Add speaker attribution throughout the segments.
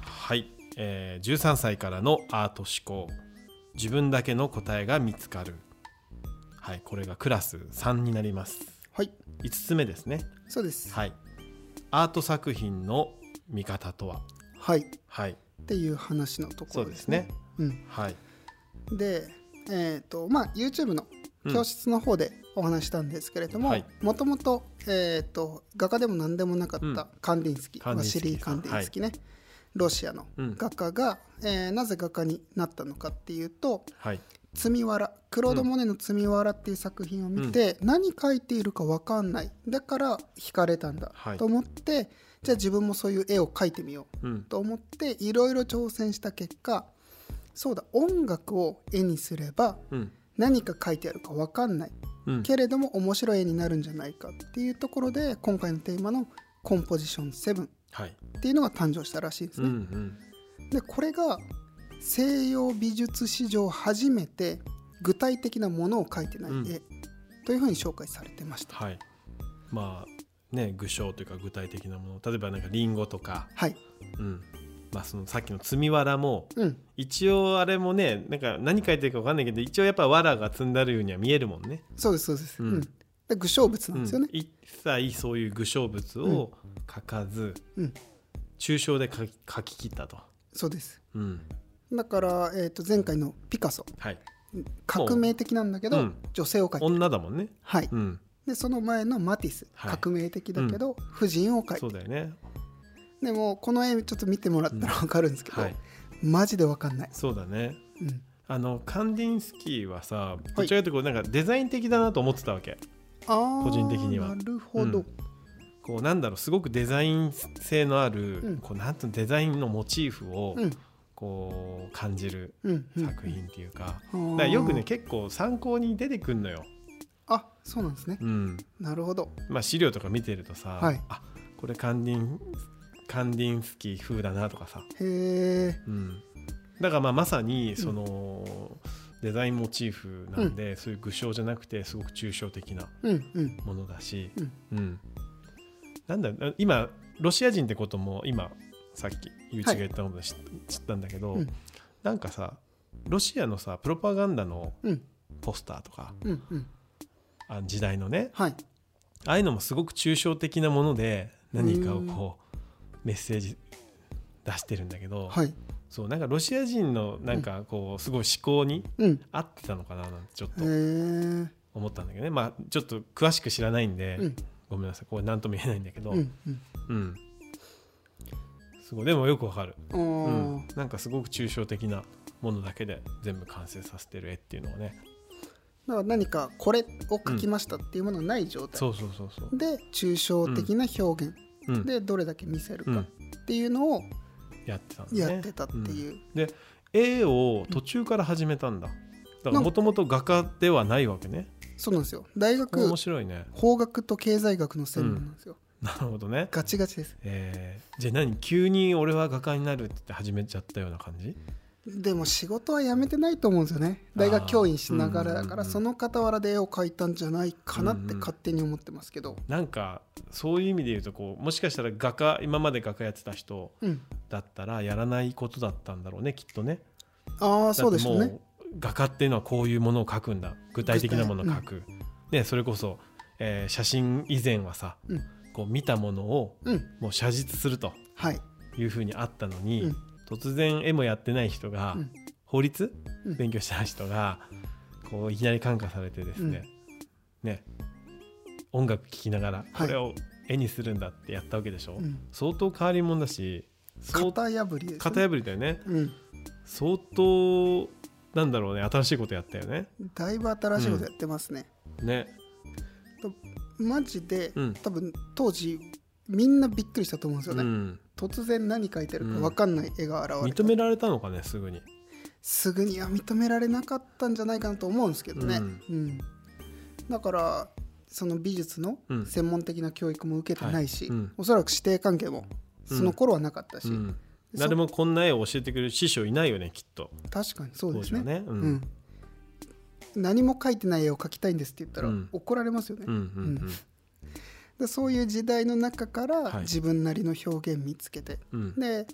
Speaker 1: はい、えー13歳からのアート思考自分だけの答えが見つかるはいこれがクラス3になります
Speaker 2: はい
Speaker 1: 5つ目ですね
Speaker 2: そうです
Speaker 1: はいアート作品の見方とは
Speaker 2: はいっ
Speaker 1: はい
Speaker 2: ていう話のとこ
Speaker 1: そう
Speaker 2: ろ
Speaker 1: で
Speaker 2: ですすね
Speaker 1: ね
Speaker 2: うん
Speaker 1: はい
Speaker 2: でえっ、とまあ YouTube の
Speaker 1: うん
Speaker 2: 教室の方でお話したんですけれども
Speaker 1: はい
Speaker 2: もともと,、えー、と画家でも何でもなか
Speaker 1: う
Speaker 2: っ
Speaker 1: ん
Speaker 2: たカンディンスキ、
Speaker 1: カンディン
Speaker 2: ワ
Speaker 1: スキ
Speaker 2: シリー・カンディンスキね、ロシアの
Speaker 1: うん
Speaker 2: 画家が、えーなぜ画家になったのかっていうと
Speaker 1: はい
Speaker 2: 「罪わら」クロード・モネの「罪わら」っていう作品を見て、何描いているか分かんないだから惹かれたんだ
Speaker 1: はい
Speaker 2: と思って、じゃあ自分もそういう絵を描いてみよう
Speaker 1: うん
Speaker 2: と思っていろいろ挑戦した結果そうだ音楽を絵にすれば
Speaker 1: うん
Speaker 2: 何か描いてあるか分かんない
Speaker 1: うん
Speaker 2: けれども面白い絵になるんじゃないかっていうところで今回のテーマの「コンポジション7」
Speaker 1: はい
Speaker 2: っていうのが誕生したらしいんです
Speaker 1: うんう
Speaker 2: ね。
Speaker 1: ん
Speaker 2: でこれが西洋美術史上初めて具体的なものを描いてない絵、
Speaker 1: うん
Speaker 2: というふうに紹介されてました。
Speaker 1: はいまあね具象というか具体的なもの例えばなんかリンゴとか
Speaker 2: はい、
Speaker 1: うんまあそのさっきの積みわらも
Speaker 2: うん、
Speaker 1: 一応あれもねなんか何書いてるか分かんないけど一応やっぱ藁が積んであるようには見えるもんね。
Speaker 2: そうですそうです。
Speaker 1: う
Speaker 2: うんん、で具象物
Speaker 1: う
Speaker 2: なん
Speaker 1: ん
Speaker 2: ですよね。
Speaker 1: 一切そういう具象物を書かず、
Speaker 2: うん
Speaker 1: 抽象で書き書き切ったと。
Speaker 2: そうです。
Speaker 1: うん、
Speaker 2: だから、えー、と前回のピカソ
Speaker 1: はい
Speaker 2: 革命的なんだけど、
Speaker 1: うん
Speaker 2: 女性を描いてる、
Speaker 1: 女だもんね。
Speaker 2: はい
Speaker 1: うん、
Speaker 2: でその前のマティス、
Speaker 1: はい
Speaker 2: 革命的だけど、婦人を描いて
Speaker 1: そう
Speaker 2: る
Speaker 1: だよね。
Speaker 2: でもこの絵ちょっと見てもらったら分かるんですけど、
Speaker 1: はい、
Speaker 2: マジで分かんない、
Speaker 1: そうだね。
Speaker 2: うん、
Speaker 1: あのカンディンスキーはさどちらかというとこうなんかデザイン的だなと思ってたわけ。
Speaker 2: あー
Speaker 1: 個人的には
Speaker 2: なるほど、
Speaker 1: うんこうなんだろうすごくデザイン性のある、
Speaker 2: うん
Speaker 1: こうなんていうのデザインのモチーフを、
Speaker 2: うん
Speaker 1: こう感じる
Speaker 2: うんうん、
Speaker 1: 作品っていうか,、
Speaker 2: 品
Speaker 1: だからよくね結構参考に出てくんのよ、
Speaker 2: あそうなんですね
Speaker 1: うん
Speaker 2: なるほど
Speaker 1: まあ、資料とか見てるとさ、
Speaker 2: はい
Speaker 1: あこれカンディンカンディンスキー風だなとかさ、
Speaker 2: へえ
Speaker 1: うん、だからまあまさにその、デザインモチーフなんで、そういう具象じゃなくてすごく抽象的な
Speaker 2: うんうん
Speaker 1: ものだし、
Speaker 2: うん
Speaker 1: うんなんだろうな今ロシア人ってことも今さっきゆうちが言ったので知,、知ったんだけど、
Speaker 2: うん
Speaker 1: なんかさロシアのさプロパガンダの
Speaker 2: うん
Speaker 1: ポスターとか
Speaker 2: うんうん
Speaker 1: あ時代のね
Speaker 2: はい
Speaker 1: ああいうのもすごく抽象的なもので何かをこうメッセージ出してるんだけど、
Speaker 2: はい
Speaker 1: そうなんかロシア人のなんかこうすごい思考に
Speaker 2: うん
Speaker 1: 合ってたのかななんてちょっ
Speaker 2: へ
Speaker 1: と
Speaker 2: え
Speaker 1: 思ったんだけどねまあちょっと詳しく知らないんで、
Speaker 2: うん
Speaker 1: ごめんなさいこれ何とも言えないんだけど、
Speaker 2: うんうん
Speaker 1: うんすごいでもよくわかる、
Speaker 2: あ
Speaker 1: う
Speaker 2: ー
Speaker 1: ん、なんかすごく抽象的なものだけで全部完成させてる絵っていうのはね
Speaker 2: だから何かこれを描きましたっていうものがない状態、
Speaker 1: そうそうそうそう
Speaker 2: で抽象的な表現、
Speaker 1: うん
Speaker 2: でどれだけ見せる
Speaker 1: う
Speaker 2: か
Speaker 1: ん
Speaker 2: っていうのを
Speaker 1: やってたんだね
Speaker 2: やってたって
Speaker 1: うん
Speaker 2: いう、
Speaker 1: で絵を途中から始めたんだだからもともと画家ではないわけね
Speaker 2: そうなんですよ大学
Speaker 1: 面白いね
Speaker 2: 法学と経済学の専門なんですよ、
Speaker 1: なるほどね
Speaker 2: ガチガチです
Speaker 1: えー、じゃあ何急に俺は画家になるって言って始めちゃったような感じ
Speaker 2: でも仕事は辞めてないと思うんですよね大学教員しながらだ
Speaker 1: あー
Speaker 2: か
Speaker 1: うんうんう
Speaker 2: ら
Speaker 1: ん
Speaker 2: その傍らで絵を描いたんじゃないかなっ
Speaker 1: うんう
Speaker 2: て
Speaker 1: ん
Speaker 2: 勝手に思ってますけど
Speaker 1: なんかそういう意味で言うとこうもしかしたら画家今まで画家やってた人
Speaker 2: うん
Speaker 1: だったらやらないことだったんだろうねきっとね
Speaker 2: ああそうでしょう
Speaker 1: だって
Speaker 2: ね
Speaker 1: もう画家っていうのはこういうものを描くんだ具体的なものを描く、ね、それこそ、えー写真以前はさ、
Speaker 2: うん
Speaker 1: こう見たものを
Speaker 2: うん
Speaker 1: もう写実すると
Speaker 2: はい
Speaker 1: いうふうにあったのに、
Speaker 2: うん
Speaker 1: 突然絵もやってない人が、
Speaker 2: うん
Speaker 1: 法律
Speaker 2: うん
Speaker 1: 勉強してない人がこういきなり感化されてですね、ね音楽聴きながらこれを絵にするんだってやったわけでしょ、
Speaker 2: うん
Speaker 1: 相当変わり者だし相
Speaker 2: 型破りですね
Speaker 1: 型破りだよね
Speaker 2: うん
Speaker 1: 相当なんだろうね新しいことやったよね
Speaker 2: だいぶ新しいことやってますね
Speaker 1: ね
Speaker 2: マジで
Speaker 1: うん
Speaker 2: 多分当時みんなびっくりしたと思うんですよ
Speaker 1: う
Speaker 2: ね
Speaker 1: ん、
Speaker 2: 突然何描いてるか分かんない絵が現れ
Speaker 1: 認
Speaker 2: て
Speaker 1: められたのかねすぐに
Speaker 2: すぐには認められなかったんじゃないかなと思うんですけどね、
Speaker 1: うん
Speaker 2: うんだからその美術の
Speaker 1: うん
Speaker 2: 専門的な教育も受けてないし、
Speaker 1: はいうん
Speaker 2: おそらく師弟関係もその頃はなかったし、
Speaker 1: うん
Speaker 2: そ
Speaker 1: 誰もこんな絵を教えてくれる師匠いないよねきっと
Speaker 2: 確かにそうです
Speaker 1: 当時は
Speaker 2: ね
Speaker 1: ね、う
Speaker 2: うんん何も描いてない絵を描きたいんですって言ったら
Speaker 1: うん
Speaker 2: 怒られますよね、
Speaker 1: うんうん
Speaker 2: でそういう時代の中から
Speaker 1: はい
Speaker 2: 自分なりの表現見つけて、
Speaker 1: うんうん
Speaker 2: で、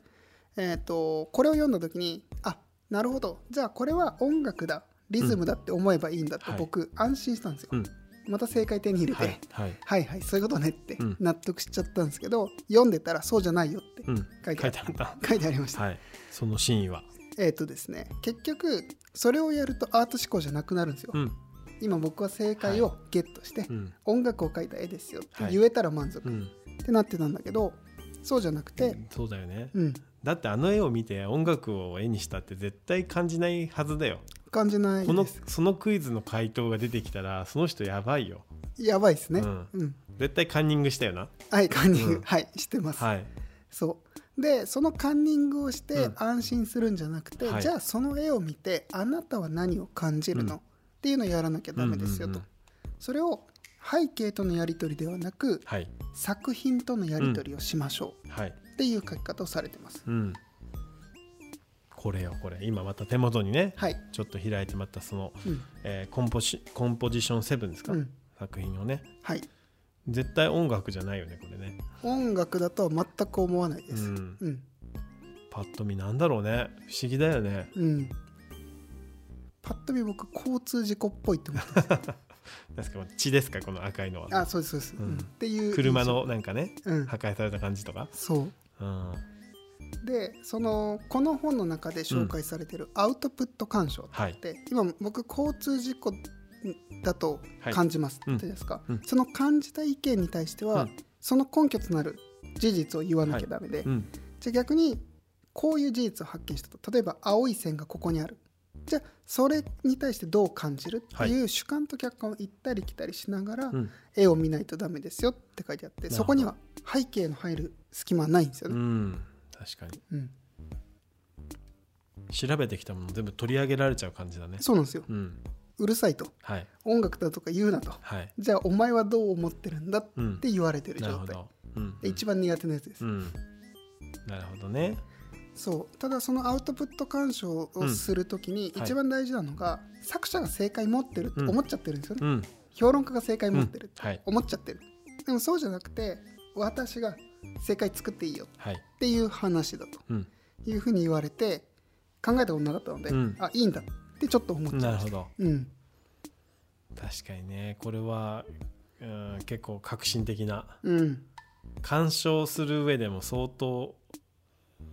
Speaker 2: ええー、とこれを読んだ時にあなるほどじゃあこれは音楽だリズムだって思えばいいんだと
Speaker 1: はい
Speaker 2: 僕安心したんですよ、
Speaker 1: うん
Speaker 2: また正解手に入れて、
Speaker 1: はいはい
Speaker 2: はいはいそういうことねって
Speaker 1: うん
Speaker 2: 納得しちゃったんですけど、読んでたらそうじゃないよって
Speaker 1: うん
Speaker 2: 書
Speaker 1: 書
Speaker 2: い
Speaker 1: い
Speaker 2: てあ
Speaker 1: て
Speaker 2: っ
Speaker 1: あった
Speaker 2: 書いてありました、
Speaker 1: はいその真意は
Speaker 2: えっ、とですね結局それをやるとアート思考じゃなくなるんですよ、
Speaker 1: うん
Speaker 2: 今僕は正解をゲットして、
Speaker 1: うん
Speaker 2: 音楽を描いた絵ですよって
Speaker 1: はい
Speaker 2: 言えたら満足
Speaker 1: う
Speaker 2: っ
Speaker 1: ん
Speaker 2: てなってたんだけど、そうじゃなくて
Speaker 1: そうだよね
Speaker 2: うん
Speaker 1: だってあの絵を見て音楽を絵にしたって絶対感じないはずだよ
Speaker 2: 感じない
Speaker 1: この
Speaker 2: です
Speaker 1: そのクイズの回答が出てきたらその人やばいよ
Speaker 2: やばいですね
Speaker 1: うん
Speaker 2: うん
Speaker 1: 絶対カンニングしたよな
Speaker 2: はいカンニング、
Speaker 1: うん
Speaker 2: はいしてます、
Speaker 1: はい
Speaker 2: そうでそのカンニングをして
Speaker 1: うん
Speaker 2: 安心するんじゃなくて、
Speaker 1: はい
Speaker 2: じゃあその絵を見てあなたは何を感じるの、
Speaker 1: うん
Speaker 2: っていうのをやらなきゃダメですよ
Speaker 1: うん
Speaker 2: と、
Speaker 1: うんうん
Speaker 2: それを背景とのやり取りではなく
Speaker 1: はい
Speaker 2: 作品とのやり取りをしましょ
Speaker 1: はいう
Speaker 2: っていう書き方をされてます、
Speaker 1: うんこれよこれ今また手元にね
Speaker 2: はい、
Speaker 1: ちょっと開いてまたその、
Speaker 2: うん
Speaker 1: えーコンポシコンポジション7ですか、
Speaker 2: うん
Speaker 1: 作品をね
Speaker 2: はい、
Speaker 1: 絶対音楽じゃないよねこれね
Speaker 2: 音楽だとは全く思わないです
Speaker 1: う
Speaker 2: うんんうん、
Speaker 1: パッと見なんだろうね不思議だよね
Speaker 2: パッと見僕交通事故っぽいって思っ
Speaker 1: 確かに血ですかこの赤いの
Speaker 2: た
Speaker 1: は
Speaker 2: あそうですそうです、
Speaker 1: うん
Speaker 2: うんっていう
Speaker 1: 車のなんかね
Speaker 2: 印象、うん、
Speaker 1: 破壊された感じとか、
Speaker 2: そう
Speaker 1: うん、
Speaker 2: でそのこの本の中で紹介されてるアウトプット鑑賞
Speaker 1: はい
Speaker 2: って、今僕交通事故だと感じます
Speaker 1: はい
Speaker 2: ってですか、
Speaker 1: うんうん
Speaker 2: その感じた意見に対しては、
Speaker 1: うん
Speaker 2: その根拠となる事実を言わなきゃダメで、
Speaker 1: うん
Speaker 2: じゃあ逆にこういう事実を発見したと例えば青い線がここにあるじゃあそれに対してどう感じるっていう主観と客観を行ったり来たりしながら、
Speaker 1: うん
Speaker 2: 絵を見ないとダメですよって書いてあって
Speaker 1: るほど
Speaker 2: そこには背景の入る隙間はないんですよ
Speaker 1: う
Speaker 2: ね。
Speaker 1: ん、確かに
Speaker 2: うん
Speaker 1: 調べてきたもの全部取り上げられちゃう感じだね
Speaker 2: そうなんですよ
Speaker 1: うん
Speaker 2: うるさいと
Speaker 1: はい
Speaker 2: 音楽だとか言うなと
Speaker 1: はい
Speaker 2: じゃあお前はどう思ってるんだっ
Speaker 1: うん
Speaker 2: て言われてる
Speaker 1: なる
Speaker 2: 状
Speaker 1: ほ
Speaker 2: 態、
Speaker 1: ど、うん
Speaker 2: で一番苦手なやつです、
Speaker 1: うん、なるほどね
Speaker 2: そうただそのアウトプット鑑賞をするときに
Speaker 1: うん
Speaker 2: 一番大事なのが、作者が正解持ってるって思っちゃってるんですよね、
Speaker 1: うん
Speaker 2: 評論家が正解持ってるって
Speaker 1: はい
Speaker 2: 思っちゃってる、でもそうじゃなくて私が正解作っていいよ
Speaker 1: はい
Speaker 2: っていう話だと
Speaker 1: うん
Speaker 2: いうふうに言われて考えたことなかったので、
Speaker 1: うん
Speaker 2: あいいんだってちょっと思っちゃい
Speaker 1: なる
Speaker 2: まし
Speaker 1: ほ
Speaker 2: た
Speaker 1: ど
Speaker 2: うん
Speaker 1: 確かにねこれは、うん、結構革新的な
Speaker 2: うん
Speaker 1: 鑑賞する上でも相当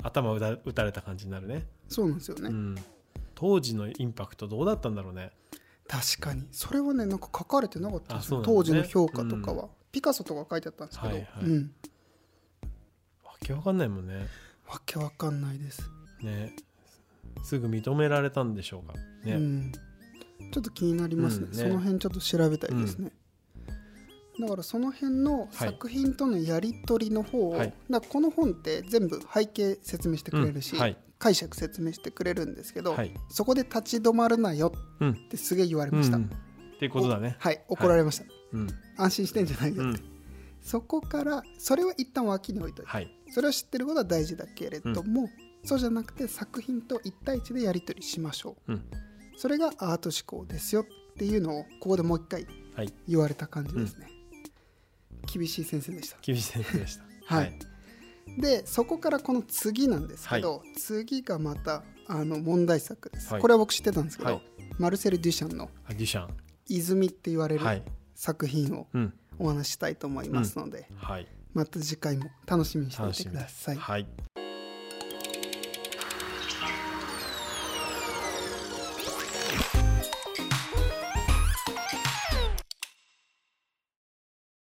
Speaker 1: 頭打た打たれた感じになるね
Speaker 2: そうなんですよね、
Speaker 1: うん、当時のインパクトどうだったんだろうね
Speaker 2: 確かにそれはねなんか書かれてなかったんですよ、
Speaker 1: あそうなんだ
Speaker 2: 当時
Speaker 1: ね
Speaker 2: の評価とかは、ピカソとか書いてあったんですけど、
Speaker 1: はいはい
Speaker 2: うん
Speaker 1: わけわかんないもんね
Speaker 2: わけわかんないです、
Speaker 1: ねすぐ認められたんでしょうかね、
Speaker 2: うん、ちょっと気になりますね,、
Speaker 1: うんね
Speaker 2: その辺ちょっと調べたいですね、だからその辺の作品とのやり取りの方を、
Speaker 1: はい
Speaker 2: だからこの本って全部背景説明してくれるし、
Speaker 1: うんはい
Speaker 2: 解釈説明してくれるんですけど、
Speaker 1: はい
Speaker 2: そこで立ち止まるなよ
Speaker 1: うん
Speaker 2: ってすげえ言われ
Speaker 1: うん
Speaker 2: ました、
Speaker 1: うんっていうことだね
Speaker 2: おはい怒られました、
Speaker 1: うん
Speaker 2: 安心してんじゃないよ、
Speaker 1: うん
Speaker 2: そこからそれは一旦脇に置いといて、
Speaker 1: はい
Speaker 2: それを知ってることは大事だけれども、そうじゃなくて作品と1対1でやり取りしましょう、
Speaker 1: うん
Speaker 2: それがアート思考ですよっていうのをここでもう一回
Speaker 1: はい
Speaker 2: 言われた感じですね、厳しい先生でした
Speaker 1: 厳しい先生でした
Speaker 2: はいでそこからこの次なんですけど、次がまたあの問題作です、
Speaker 1: はい
Speaker 2: これは僕知ってたんですけど、
Speaker 1: はい
Speaker 2: マルセル・デュシャンの
Speaker 1: あデュシャン
Speaker 2: 「泉」って言われる
Speaker 1: はい
Speaker 2: 作品を
Speaker 1: うん
Speaker 2: お話ししたいと思いますので、
Speaker 1: はい
Speaker 2: また次回も楽しみにしてい
Speaker 1: 楽し
Speaker 2: てく
Speaker 1: みで
Speaker 2: だ
Speaker 1: す
Speaker 2: さい
Speaker 1: はい